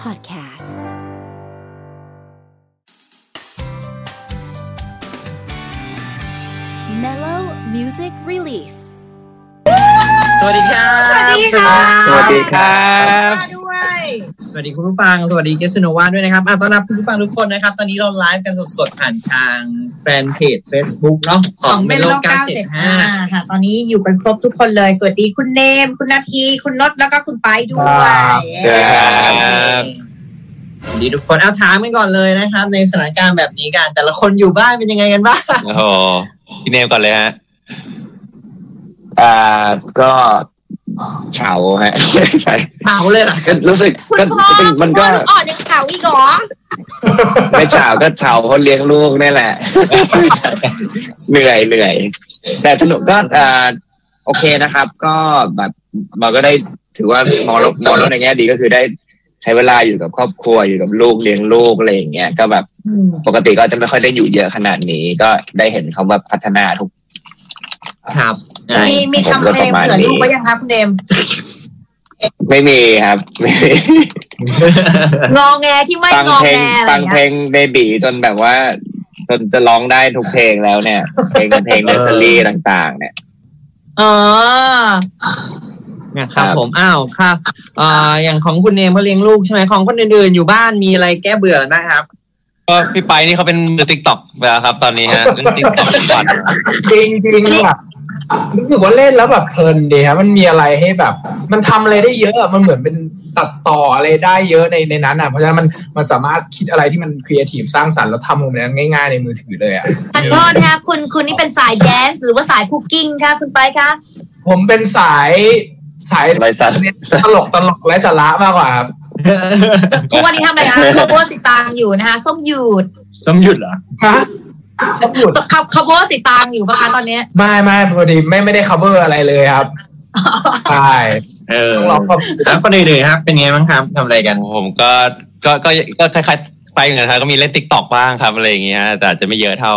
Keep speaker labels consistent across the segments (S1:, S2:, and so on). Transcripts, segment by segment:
S1: Podcast Mellow Music Release
S2: สวัสดีครับ
S3: สวัสดีครับ
S4: ด้วย
S2: สวัสดีคุณผู้ฟัง สวัสดีเกสโนวาด้วยนะครับอ่ะต้อนรับคุณผู้ฟังทุกคนนะครับ ตอนนี้เราไลฟ์กันสดๆ ผ่านทางแฟนเพจ Facebook เนาะของเมโล975
S4: 975ค่ะ ตอนนี้อยู่กันครบทุกคนเลย สวัสดีคุณเนม คุณนาที คุณนศแล้วก็คุณไปายด้วย
S3: ครับ
S4: เย้
S3: ครับ
S2: สวัสดีทุกคนเอาถามกันก่อนเลยนะครับ ในสถานการณ์แบบนี้กัน แต่ละคนอยู่บ้านเป็นยังไงกันบ้าง
S3: โอ้โหพี่เนมก่อนเลยฮะ อ่า ก็เฉาฮะ ใช่
S2: เผาเลยเหรอ
S3: ก็รู้สึก
S4: คุณ
S3: ก็
S4: พ่อคุณ
S3: มัน
S4: พ่
S3: ก็
S4: อลูกอ่อนยังขาวอีกเหรอ
S3: ไม่เฉาก็เฉาเพราะเลี้ยงลูกนี่แหละ เหนื่อยเหนื่อย แต่สนุกก็อ่าโอเคนะครับ ก็แบบมันก็ได้ถือว่ามองลบมองลบในแง่ดีก็คือได้ใช้เวลาอยู่กับครอบครัวอยู่กับลูกเลี้ยงลูกอะไรอย่างเงี้ยก็แบบ
S4: อืม
S3: ปกติก็จะไม่ค่อยได้อยู่เยอะขนาดนี้ ก็ได้เห็นเขาว่าพัฒนาทุก
S2: ครับ
S3: ใช่
S4: มีมี
S3: ผม
S4: คำ
S3: ก็
S4: เพลง
S3: ประมาณ
S4: เผื่อ
S3: นี้
S4: ลูกไว้ยังครับคุณเนม
S3: ไม่มีครับ
S4: งอแงที่ไม่
S3: ฟัง
S4: งอ
S3: เพล
S4: แง
S3: ง
S4: อะไร
S3: ฟัง
S4: เงี้
S3: เพล
S4: ย
S3: งเบบีจนแบบว่า จนจะร้องได้ทุกเพลงแล้วเนี่ย เพลงเพลงเนสซอรี่ต่างๆ เนี่ย
S4: เออ
S2: นะครับผม อ้าวครับเอ่ออย่างของคุณเนมเขาเลี้ยงลูกใช่ไหมของคนอื่นๆ อยู่บ้านมีอะไรแก้เบื่อบ้างครับ
S5: ก็พี่ไปนี่เขาเป็นมือติ๊กต็อกแล้วครับ ตอนนี้ ฮะเป็นติ๊กต็อกทุกวัน
S6: จริงจริงๆแบบรู้สึกว่าเล่นแล้วแบบเพลินดีครับมันมีอะไรให้แบบ มันทำอะไรได้เยอะอะมันเหมือนเป็นตัดต่ออะไรได้เยอะในในนั้นอ่ะเพราะฉะนั้นมันมันสามารถคิดอะไรที่มันครีเอทีฟสร้างสรรค์แล้วทำลงไปนั้นง่ายๆในมือถือเลยอ่ะ
S4: ทานโทษนะครับคุณคุณนี่เป็นสายแดนซ์หรือว่าสายคุกกิ้งครับคุณไปายครับ
S6: ผมเป็นสายสาย
S3: ไร้สาระ
S6: เน้นตลกตลกไร้สาระมากกว่าครับ
S4: ทุกวันนี้ทำอะไรคะคาโบสิตางอยู่นะคะส้มหยุด
S2: สมหยุดเหรอ
S6: ฮะสมุด
S4: คาคาโบสิตางอยู่ปะคะตอนเนี้ย
S6: ไม่ไม่พอดีไม่ไม่ได้ cover อะไรเลยครับใช่
S2: เออ
S6: ต้องร้องกับ
S2: แล้วคนอื่นๆครับ เป็นไงบ้างครับทำอะไรกัน
S5: ผมก็ก็ก็ก็คล้ายๆไปเหมือนกันครับก็มีเล่นติ๊กต็อกบ้างครับอะไรอย่างเงี้ยแต่อาจจะไม่เยอะเท่า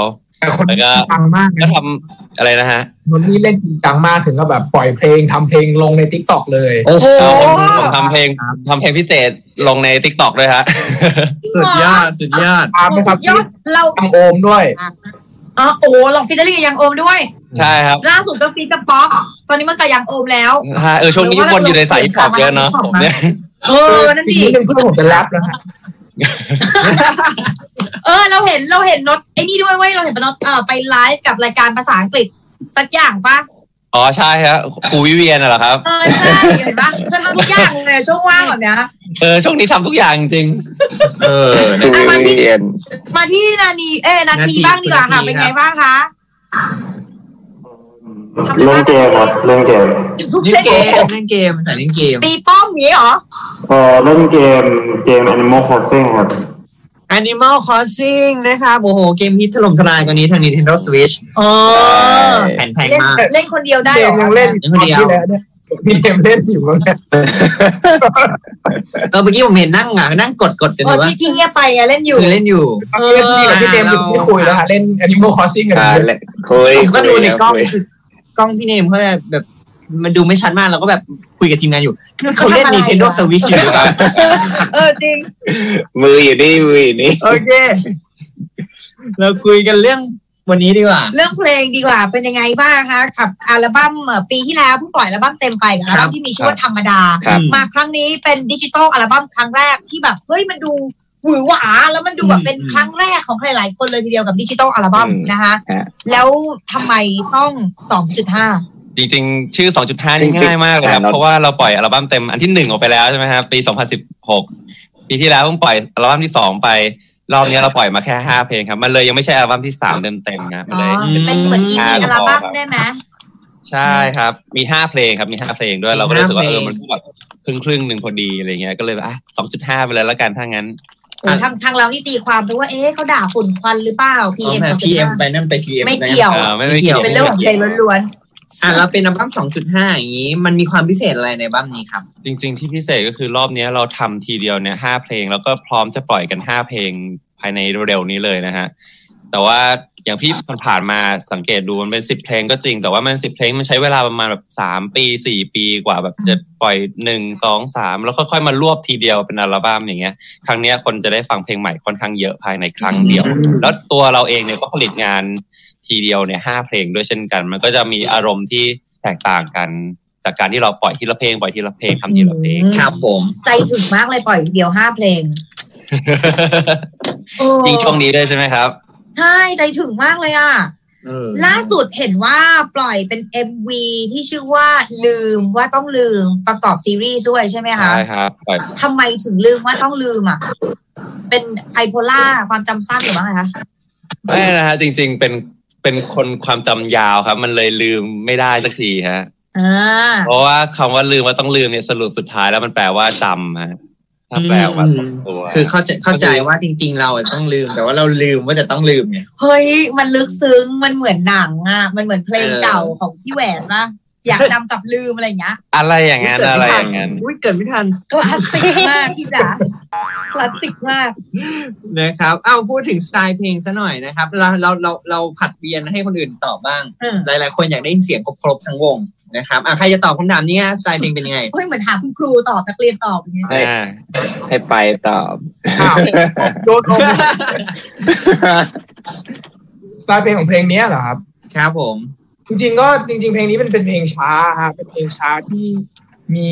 S6: คน
S5: แล้วก็
S6: ฟังมาก
S5: ก็
S6: นะ
S5: ทำอะไรนะฮะ
S6: นนท์นี่เล่นจริงจังมากถึงก็แบบปล่อยเพลงทำเพลงลงในทิกตอกเลย
S2: โอ้โห
S5: เอาผมผมทำเพลงทำเพลงพิเศษลงในติ๊กต็อกด้วยฮะ
S2: สุดยอด สุดยอด
S6: ตามไหมครับ
S4: ยอดเรา
S6: ทำโอมด้วย
S4: อ๋อโอ้ลองฟิชเจอรี่กับยังโอมด้วย
S5: ใช่ครับ
S4: ล่าสุดก็ฟิชกับป๊อกตอนนี้มันกับยังโอมแล้ว
S5: ฮะเออช่วงนี้วนอยู่ในสายฮิปฮอปเยอะเนาะผมเนี่ย
S4: เออนั่น
S6: อีก
S4: ดี
S6: นิดนึงเพื่อนผมเป็นแรปแล้วฮะ
S4: เออ เราเห็นเราเห็นนดไอ้นี่ด้วยเว้ยเราเห็นปะนดเออไปไลฟ์กับรายการภาษาอังกฤษสักอย่างปะ
S5: อ๋อใช่ฮะครูวิเวียนน่ะเหรอครับ
S4: เออใช่เห็นปะเธอทำทุกอย่างเลยช่วงว่างแบบเนี้ย
S5: เออช่วงนี้ทำทุกอย่างจริง
S2: เออ
S3: คือ
S2: นะ
S3: เรียน
S4: มาที่นานีเอยนา
S2: นา
S4: ที
S2: ที
S4: บ้างดีกว่าค่ะ
S2: นาที
S4: เป็นไงบ้างคะ
S7: เล่นเกมครับเล่นเกม
S2: เล่นเกมเล่นเกมแต่เล่นเกม
S4: ตีป้อมอย่างนี้เหรอ
S7: เอ่อเล่นเกมเกม Animal Crossing ครับ
S2: Animal Crossing นะครับ โอ้โห เกมฮิตถล่มทลายกว่านี้ทาง Nintendo Switch
S4: เออ
S2: แผ่นแพง
S4: เล่น
S2: มาก
S4: เล่นคนเดียวได้
S6: เด
S4: เหร
S6: ม
S4: อ
S6: ยังเล่นอยู่
S2: คนเดียว
S6: ที่แล้วเนี่ยพี่เดมเล่นอยู่แล้วเนี่ย
S2: เออเมื่อกี้ผมเห็นนั่งอ่ะนั่งกดกดๆกันอ
S4: เออยู่
S2: ว่า
S4: ที่ที่เงียบไปอะเล่นอยู่
S2: คือเล่นอยู่
S4: เออ
S6: เล่นนี่กับพี่เดมไม่คุยแล้วฮะเล่น Animal Crossing กัน
S3: อ่า
S6: อยู่
S3: เล่นคุย
S2: ผมก็ดูในกล้อง
S3: คุย
S2: คือกล้องพี่เนมเขาแบบมันดูไม่ชัดมากเราก็แบบคุยกับทีมงานอยู่นี่เขาเล่น Nintendo Switch อยู่หรือเปล่า
S4: เออจริง
S3: มืออยู่นี่มืออยู่นี่
S2: โอเค เราคุยกันเรื่องวันนี้ดีกว่า
S4: เรื่องเพลงดีกว่าเป็นยังไงบ้างคะกับอัลบั้มเอ่อปีที่แล้วเพิ่งปล่อยอัลบั้มเต็มไปกับอั
S2: ครับ
S4: ลั้มที่มีชื่อว่าธรรมดา
S3: ครับ
S2: อืม
S4: มาครั้งนี้เป็นดิจิตอลอัลบั้มครั้งแรกที่แบบเฮ้ยมันดูหวือหวาแล้วมันดูแบบเป็น
S2: อืม
S4: ครั้งแรกของใครหลายคนเลยทีเดียวกับดิจิตอลอัลบั้ม
S3: อืม
S4: นะคะ
S3: ฮะ
S4: แล้วทำไมต้องสองจุดห้า
S5: จริงๆ ชื่อ 2.5 นี่ง่ายมากเลยครับ
S3: จริงๆ
S5: เพราะว่าเราปล่อยอัลบั้มเต็มอันที่หนึ่งออกไปแล้วใช่ไหมครับปี 2016 ปีที่แล้วเพิ่งปล่อยอัลบั้มที่สองไป รอบนี้เราปล่อยมาแค่ 5 เพลงครับ มันเลยยังไม่ใช่อัลบั้มที่ 3 เต็มๆนะมันเลย
S4: เป็นเหมือนอีพีอัลบั้มได้ไหม
S5: ใช่ครับ มี 5 เพลงครับ มี 5 เพลงด้วย เราก็รู้สึกว่าเออ มันก็แบบครึ่งครึ่งๆหนึ่งพอดีอะไรเงี้ย ก็เลยแบบอ่ะ2.5 ไปเลยแล้วกันถ้างั้น
S4: โอ้ทางทางเรานี่ตีความไปว่าเอ๊ะเขาด่าฝุ่นควันหรือเปล่า
S2: อ๋อ
S4: PM
S2: แม่
S4: สองจุด
S2: PM
S4: ห้า
S2: ไปนั่นไป PM
S4: ไม่เกี่ยว
S2: นะ
S5: อ่าไม่ไม่เกี่ยว
S4: เป็นเรื่องของเพลงล้วน
S2: อ่ะแล้วเป็นอัลบั้ม2.5 อย่างนี้ มันมีความพิเศษอะไรในอัลบั้มนี้ครับ
S5: จริง ๆ ที่พิเศษก็คือรอบนี้เราทำทีเดียวเนี่ยห้าเพลงแล้วก็พร้อมจะปล่อยกันห้าเพลงภายในเร็วๆนี้เลยนะฮะแต่ว่า อย่างพี่ผ่านๆมาสังเกตดูมันเป็นสิบเพลงก็จริง แต่ว่ามันสิบเพลงมันใช้เวลาประมาณแบบสามปีสี่ปีกว่าแบบจะปล่อยหนึ่งสองสามแล้วค่อยๆมารวบทีเดียวเป็นอัลบั้มอย่างเงี้ย ครั้งเนี้ยคนจะได้ฟังเพลงใหม่ค่อนข้างเยอะภายในครั้งเดียว แล้วตัวเราเองเนี่ยก็ผลิตงานทีเดียวเนี่ยห้าเพลงด้วยเช่นกัน มันก็จะมีอารมณ์ที่แตกต่างกัน จากการที่เราปล่อยทีละเพลงปล่อยทีละเพลงทำทีละเพลง
S2: ครับผม
S4: ใจถึงมากเลยปล่อยเดียวห้าเพลงเออ
S5: ยิ่งช่วงนี้ด้วยใช่ไหมครับ
S4: ใช่ใจถึงมากเลยอ่ะ ล่าสุดเห็นว่าปล่อยเป็น MV ที่ชื่อว่าลืมว่าต้องลืมประกอบซีรีส์ด้วยใช่ไหมคะ
S5: ใช่ครับปล่อย
S4: ทำไมถึงลืมว่าต้องลืมอ่ะ เป็นไอโพล่าความจำสั้นหรือว่าไงคะ
S5: ไม่นะฮะจริงๆเป็นเป็นคนความจำยาวครับ มันเลยลืมไม่ได้สักทีฮะ
S4: อ่า
S5: เพราะว่าคำว่าลืมว่าต้องลืมเนี่ยสรุปสุดท้ายแล้วมันแปลว่าจำฮะถ้าแปลว่า
S2: อืม
S5: ตัว
S2: คือเข้าใจเข้าใจว่าจริง ๆ เราอะต้องลืม แต่ว่าเราลืมว่าจะต้องลืมไง
S4: เฮ้ย มันลึกซึ้ง มันเหมือนหนังอ่ะ มันเหมือนเพลงเก่าของพี่แหวนป่ะ อยากจำกับลืมอะไรอย่างเงี้ย
S5: อะไรอย่างนั้นอะไรอย่างนั้น
S2: อุ๊ยเกิดไม่ทัน
S4: คลาสสิกมากพี่จ๋า คลาสสิกมาก
S2: นะครับเอ้าพูดถึงสไตล์เพลงซะหน่อยนะครับ เราเราเราเราผัดเวียนให้คนอื่นตอบบ้าง
S4: เออ
S2: หลาย ๆ คนอยากได้ยินเสียงครบๆทั้งวงนะครับอ่ะใครจะตอบคำถามนี้ฮะสไตล์เพลงเป็นยังไง
S4: เฮ้ย เหมือนถามคุณครูตอบนักเรียนตอบอย่างเงี้ย
S5: อ่า
S3: ให้ไปตอบ
S6: อ้าวโดนลงสไตล์เพลงของเพลงเนี้ยเหรอครับ
S2: ครับผม
S6: จริงๆก็จริง ๆ เพลงนี้เป็นเป็นเพลงช้าฮะเป็นเพลงช้าที่มี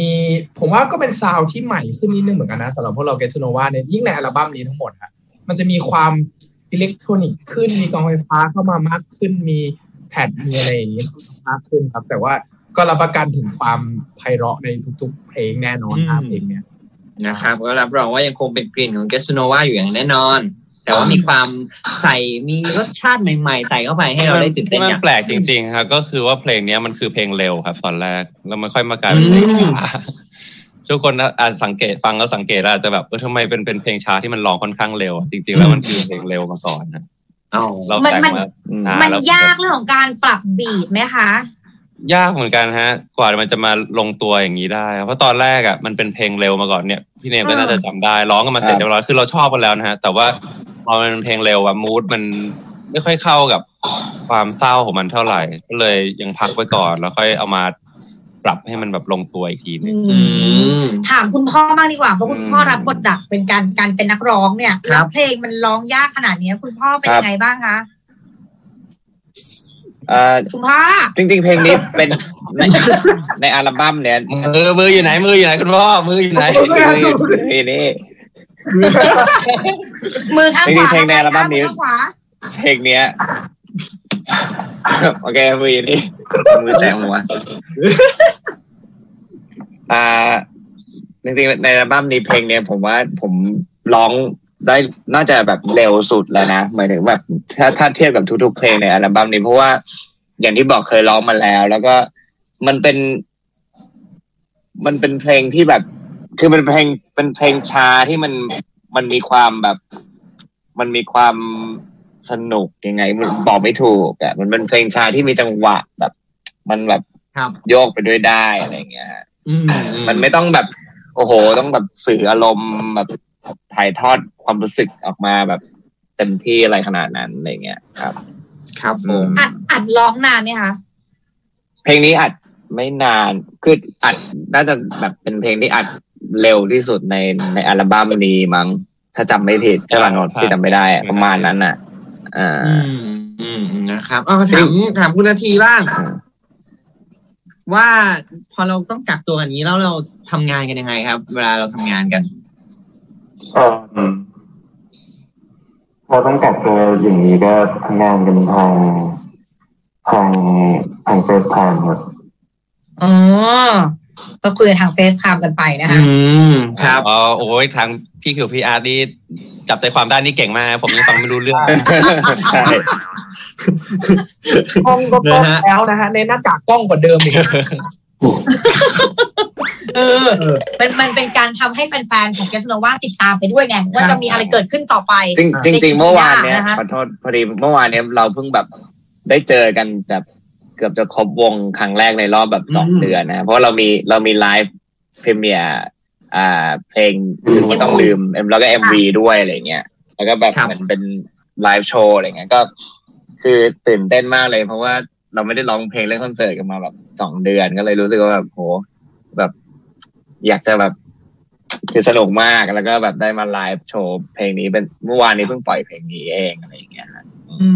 S6: ผมว่าก็เป็นซาวด์ที่ใหม่ขึ้นนิดนึงเหมือนกันนะสำหรับพวกเราเกสโนวาเนี่ยยิ่งในอัลบั้มนี้ทั้งหมดฮะมันจะมีความอิเล็กทรอนิกส์ขึ้นมีกองไฟฟ้าเข้ามามากขึ้นมีแผ่นมีอะไรอย่างนี้เข้ามามากขึ้นครับ แต่ว่าก็รับประกันถึงความไพเราะในทุก ๆ เพลงแน่นอนฮะ
S2: อืม
S6: เพลงเนี้ย
S2: นะครับก็รับรองว่ายังคงเป็นกลิ่นของเกสโนวาอยู่อย่างแน่นอน แต่ว่า
S6: อืม
S2: มีความใส่มีรสชาติใหม่ ๆ ใส่เข้าไปให้เราได้ตื่นเต้น
S5: มั
S2: อน ย่าง
S5: แปลกจริงๆครับก็คือว่าเพลงเนี้ยมันคือเพลงเร็วครับ ตอนแรกแล้วมันค่อยมากลายเป็นเพลงช้า ทุกคนอ่านสังเกตฟังแล้วสังเกตแล้วอาจจะแบบเออทำไมเป็นเป็นเพลงช้าที่มันร้องค่อนข้างเร็วอะจริงๆ แล้วมันคือเพลงเร็วมาก่อนนะเรา
S4: มัน
S5: แต่ง
S4: มัน
S5: มาช้
S4: มัน
S5: แล้ว
S4: ยากเรื่องของการปรับบีทไหมคะ
S5: ยากเหมือนกันฮะ กว่ามันจะมาลงตัวอย่างนี้ได้ เพราะตอนแรกอ่ะมันเป็นเพลงเร็วมาก่อนเนี่ยพี่เนมก็น่าจะจำได้ร้องกันมาเสร็จเรียบร้อยคือเราชอบกันแล้วนะฮะแต่ว่าพอมันเป็นเพลงเร็วอะมูดมันไม่ค่อยเข้ากับความเศร้าของมันเท่าไหร่ ก็เลยยังพักไว้ก่อนแล้วค่อยเอามาปรับให้มันแบบลงตัวอีกทีหนึง
S2: อืม
S4: ถามคุณพ่อบ้างดีกว่าเพราะคุณพ่อรับบทดักเป็นการการเป็นนักร้องเนี่ย
S2: ครั
S4: แล้ว
S2: บ
S4: เพลงมันร้องยากขนาดเนี้ย คุณพ่อเป็น
S3: ครับ
S4: ยังไงบ้างคะ
S3: เอ่อ
S4: คุณพ่อ
S3: จริงๆ เพลงนี้เป็นในในอัลบั้มเนี่ย
S5: มือมืออยู่ไหนมืออยู่ไหนคุณพ่อมืออยู่ไหน
S3: เพลงนี้
S4: มือข้างขวา
S3: เพลงในอัลบั้มนี้
S4: มือข้างขวา
S3: เพลงเนี้ย โอเคมืออยู่นี่มือแตะหัวอ่าจริงๆในอัลบั้มนี้เพลงเนี้ยผมว่าผมร้องได้น่าจะแบบเร็วสุดแล้วนะหมายถึงแบบถ้าถ้าเทียบกับทุกๆเพลงในอัลบั้มนี้เพราะว่าอย่างที่บอกเคยร้องมาแล้ว แล้วก็มันเป็น มันเป็นเพลงที่แบบ คือเป็นเพลงเป็นเพลงช้าที่มันมันมีความแบบ มันมีความสนุกยังไงมันบอกไม่ถูกอ่ะมันเป็นเพลงช้าที่มีจังหวะแบบ มันแบบ
S2: ครับ
S3: โยกไปด้วยได้อะไรอย่างเงี้ยฮะ
S2: อืม
S3: มันไม่ต้องแบบ โอ้โห ต้องแบบสื่ออารมณ์แบบถ่ายทอดความรู้สึกออกมาแบบเต็มที่อะไรขนาดนั้นอะไรอย่างเงี้ยครับ
S2: ครับผม
S4: อัดอัดร้องนานไหมคะ
S3: เพลงนี้อัดไม่นานคืออัดน่าจะแบบเป็นเพลงที่อัดเร็วที่สุดในในอัลบั้มนี้มั้งถ้าจำไม่ผิดใช่ป่ะโนนพี่จำไม่ได้อะประมาณนั้นอ่ะอ่
S2: อื
S3: า
S2: มอืมนะครับเอาถามถามคุณนาทีบ้าง ว่าพอเราต้องกักตัวอย่างนี้แล้วเราทำงานกันยังไงครับ เวลาเราทำงานกัน
S7: เอ่อเราต้องกักตัวอย่างนี้ก็ทำงานกันทางทางทางเฟซไทม์ครับ
S4: อ๋อ ก็คุยกันทางเฟซไทม์กันไปนะคะ
S2: อืมครับ
S5: อ๋อโอ้ยทางพี่คิวพี่อาร์ตนี่จับใจความได้นี่เก่งมาก ผมยังฟังไม่รู้เรื่อง
S3: ใช่
S6: กล้องก็กล้อง
S2: นะฮะ
S6: แล้วนะฮะในหน้ากากกล้องกว่าเดิมอีก
S4: เออ มันมันเป็นการทำให้แฟนๆ ของเกสโนว่าติดตามไปด้วยไง ว่าจะมีอะไรเกิดขึ้นต่อไป
S3: จริงจริงจริงเมื่อวานเนี้ย
S4: นะคะ
S3: ขอโทษพอดีเมื่อวานเนี้ยเราเพิ่งแบบได้เจอกันแบบเกือบจะครบวงครั้งแรกในรอบแบบสอง
S2: อืม
S3: เดือนนะ เพราะเรามีเรามีไลฟ์พรีเมียร์อ่า เพลงไม่ต้องลืม M แล้วก็เอ็มวีด้วยอะไรเงี้ย แล้วก็แบบ
S2: ครับ
S3: เหมือนเป็นไลฟ์โชว์อะไรเงี้ยก็ คือตื่นเต้นมากเลย เพราะว่าเราไม่ได้ร้องเพลงเล่นคอนเสิร์ตกันมาแบบสองเดือนก็เลยรู้สึกว่าแบบโหแบบ อยากจะแบบ คือสนุกมากแล้วก็แบบได้มาไลฟ์โชว์เพลงนี้เป็นเมื่อวานนี้เพิ่งปล่อยเพลงนี้เองอะไรอย่างเงี้ยฮะ
S4: อื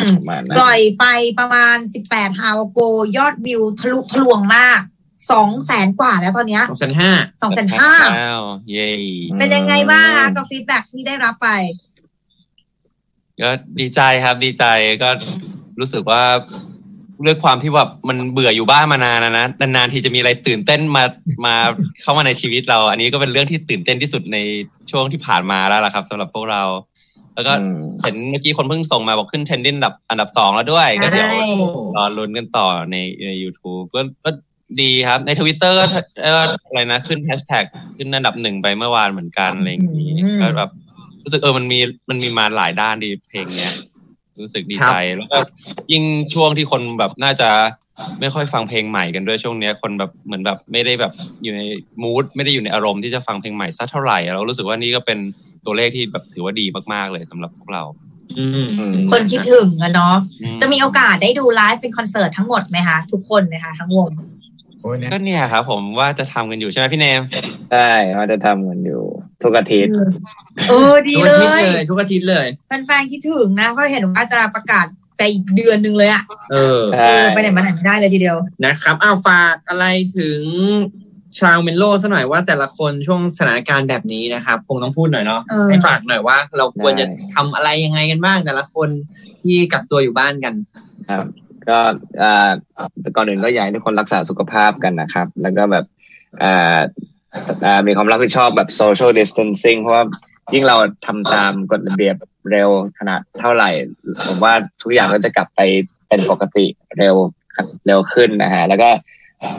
S4: ม
S3: ประมาณนั้
S4: ป
S3: น
S4: ล่อยไปประมาณ 18 ฮาวโก ยอดวิวทะลุทะลวงมาก 2 แสนกว่าแล้วตอนเนี้ย
S2: สองพันห้า
S4: 2แสนห้า
S5: อ้าวเย้
S4: เป็นยังไงบ้างคะกับฟีดแบ็กที่ได้รับไป
S5: ก็ดีใจครับดีใจก็รู้สึกว่าด้วยความที่แบบมันเบื่ออยู่บ้านมานานนะนะนานๆทีจะมีอะไรตื่นเต้นมามาเข้ามาในชีวิตเรา อันนี้ก็เป็นเรื่องที่ตื่นเต้นที่สุดในช่วงที่ผ่านมาแล้วล่ะครับสำหรับพวกเรา แล้วก็ เห็นเมื่อกี้คนเพิ่งส่งมาบอกขึ้นเทรนดิ้งอันดับอันดับสองแล้วด้วย ก็เดี๋ยว
S4: ใช่
S5: รอลุ้นกันต่อในใน YouTube ก็ก็ดีครับในทวิตเตอร์ก็เอ่ออะไรนะขึ้นแฮชแท็กขึ้นอันดับหนึ่งไปเมื่อวานเหมือนกันอะไรอย่างนี้
S4: อืม
S5: ก็แบบรู้สึกเออมันมีมันมีมาหลายด้านดีเพลงเนี้ย รู้สึกดีใจแล้วก็ยิ่งช่วงที่คนแบบน่าจะไม่ค่อยฟังเพลงใหม่กันด้วยช่วงเนี้ยคนแบบเหมือนแบบไม่ได้แบบอยู่ในมูดไม่ได้อยู่ในอารมณ์ที่จะฟังเพลงใหม่สักเท่าไหร่เรารู้สึกว่านี่ก็เป็นตัวเลขที่แบบถือว่าดีมากๆเลยสำหรับพวกเรา
S2: อืม
S3: อืม
S4: คนคิดถึงอะเนาะ
S5: อื
S4: จะมีโอกาสได้ดูไลฟ์เป็นคอนเสิร์ตทั้งหมดไหมคะ ทุกคนไหมคะทั้งวง
S6: โอ้ยเนี่ย
S5: ก็เนี่ยครับผมว่าจะทำกันอยู่ใช่ไหมพี่เนม
S3: ใช่เขาจะทำกันอยู่ทุกอาทิตย์
S4: เออดี
S2: ทุกอา
S4: เล
S2: ทิตย์เล
S4: ย
S2: ย ทุกอาทิตย์เลย
S4: แฟนๆคิดถึงนะเพราะเห็นว่าจะประกาศไปอีกเดือนหนึงเลยอะ
S2: เออ
S3: ใช่
S4: เออไปไหนมาไหนไม่ได้เลยทีเดียว
S2: นะครับ อ้าวฝากอะไรถึงชาวเมนโลซะหน่อยว่าแต่ละคนช่วงสถานการณ์แบบนี้นะครับ คงต้องพูดหน่อยเนาะ
S4: เออ
S2: ให้ฝากหน่อยว่า เราควรจะทำอะไรยังไงกันบ้าง แต่ละคนที่กักตัวอยู่บ้านกัน
S3: ครับ ก็เอ่อก่อนอื่นก็อยากให้ทุกคนรักษาสุขภาพกันนะครับ แล้วก็แบบเอ่อเอ่อมีความรับผิดชอบแบบ social distancing เพราะว่ายิ่งเราทำตามกฎระเบียบเร็วขนาดเท่าไหร่ ผมว่าทุกอย่างก็จะกลับไปเป็นปกติเร็วเร็วขึ้นนะฮะแล้วก็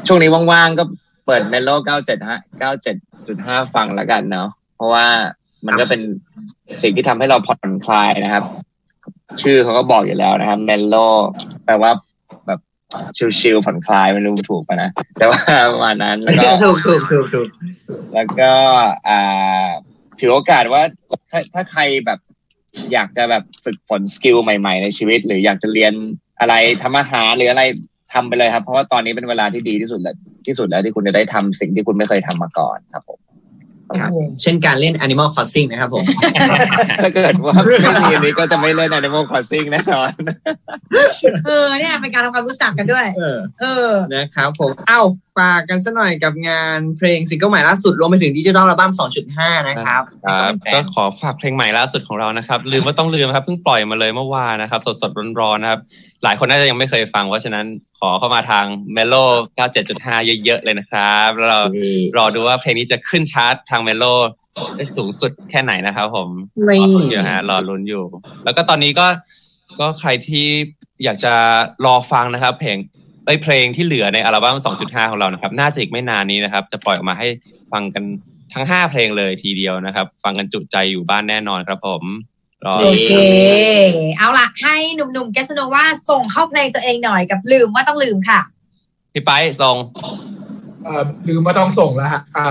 S3: ช่วงนี้ว่างๆก็เปิดเมโล97 97.5 ฟังแล้วกันเนาะเพราะว่ามันก็เป็นสิ่งที่ทำให้เราผ่อนคลายนะครับ ชื่อเขาก็บอกอยู่แล้วนะครับเมโลแปลว่าแบบชิลๆผ่อนคลายไม่รู้ถูกปะนะ แต่ว่าประมาณนั้นแล้วก็
S2: ถูกถูกถูกถูก
S3: แล้วก็อ่าถือโอกาสว่าถ้าถ้าใครแบบอยากจะแบบฝึกฝนสกิลใหม่ๆในชีวิต หรืออยากจะเรียนอะไรทำอาหารหรืออะไรทำไปเลยครับ เพราะว่าตอนนี้เป็นเวลาที่ดีที่สุดแล้วที่สุดแล้วที่คุณจะได้ทำสิ่งที่คุณไม่เคยทำมาก่อนครับผม
S2: ครับ เช่นการเล่น Animal Crossing นะครับผม
S3: ถ้าเกิดว่าไม่มีอันนี้ก็จะไม่เล่น Animal Crossing แน่นอน
S4: เออเนี่ยเป็นการทำความรู้จักกันด้วย
S2: เออ
S4: เออ
S2: นะครับผม อ้าวฝากกันซะหน่อยกับงานเพลงซิงเกิลใหม่ล่าสุดรวมไปถึงดิจิทัลอัลบั้ม2.5 นะครับ
S5: ครับก็ขอฝากเพลงใหม่ล่าสุดของเรานะครับ ลืมว่าต้องลืมครับเพิ่งปล่อยมาเลยเมื่อวานนะครับ สดสดๆร้อนๆนะครับ หลายคนน่าจะยังไม่เคยฟัง เพราะฉะนั้นขอเข้ามาทาง m e l o 97.5 เยอะๆเลยนะครับแล้วเรารอดูว่าเพลงนี้จะขึ้นชาร์ตทาง m e l o ได้สูงสุดแค่ไหนนะครับผม
S2: ไม่
S5: รอลุ้นอยู่ฮะรอลุ้นอยู่ แล้วก็ตอนนี้ก็ก็ใครที่อยากจะรอฟังนะครับ เพลงเอ้ยเพลงที่เหลือในอัลบั้ม 2.5 ของเรานะครับ น่าจะอีกไม่นานนี้นะครับ จะปล่อยออกมาให้ฟังกันทั้ง 5 เพลงเลยทีเดียวนะครับ ฟังกันจุใจอยู่บ้านแน่นอนครับผมรอ
S4: โอเค เอาล่ะ ให้หนุ่มๆแกสโนว่าส่งเข้าเพลงตัวเองหน่อยกับลืมว่าต้องลืมค่ะ
S5: พี่ไปส่ง
S6: เออลืมมาต้องส่งแล้วฮะอ่า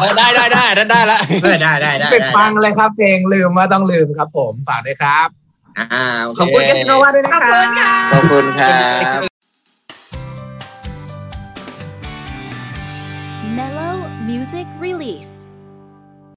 S5: เออได้ได้ได้ได้ได้ละ
S2: เออได้ได้ได้
S6: ไป
S2: ได้
S6: ฟังเลยครับเพลงลืมว่าต้องลืมครับ ผมฝากด้วยครับ
S2: อ้าวขอบคุณกัสโนวาด้วยนะ
S4: ขอบ
S2: ค
S4: คุณ
S2: รับ
S4: ค่ะ
S3: ขอบคุณครับ
S1: Mellow Music Release.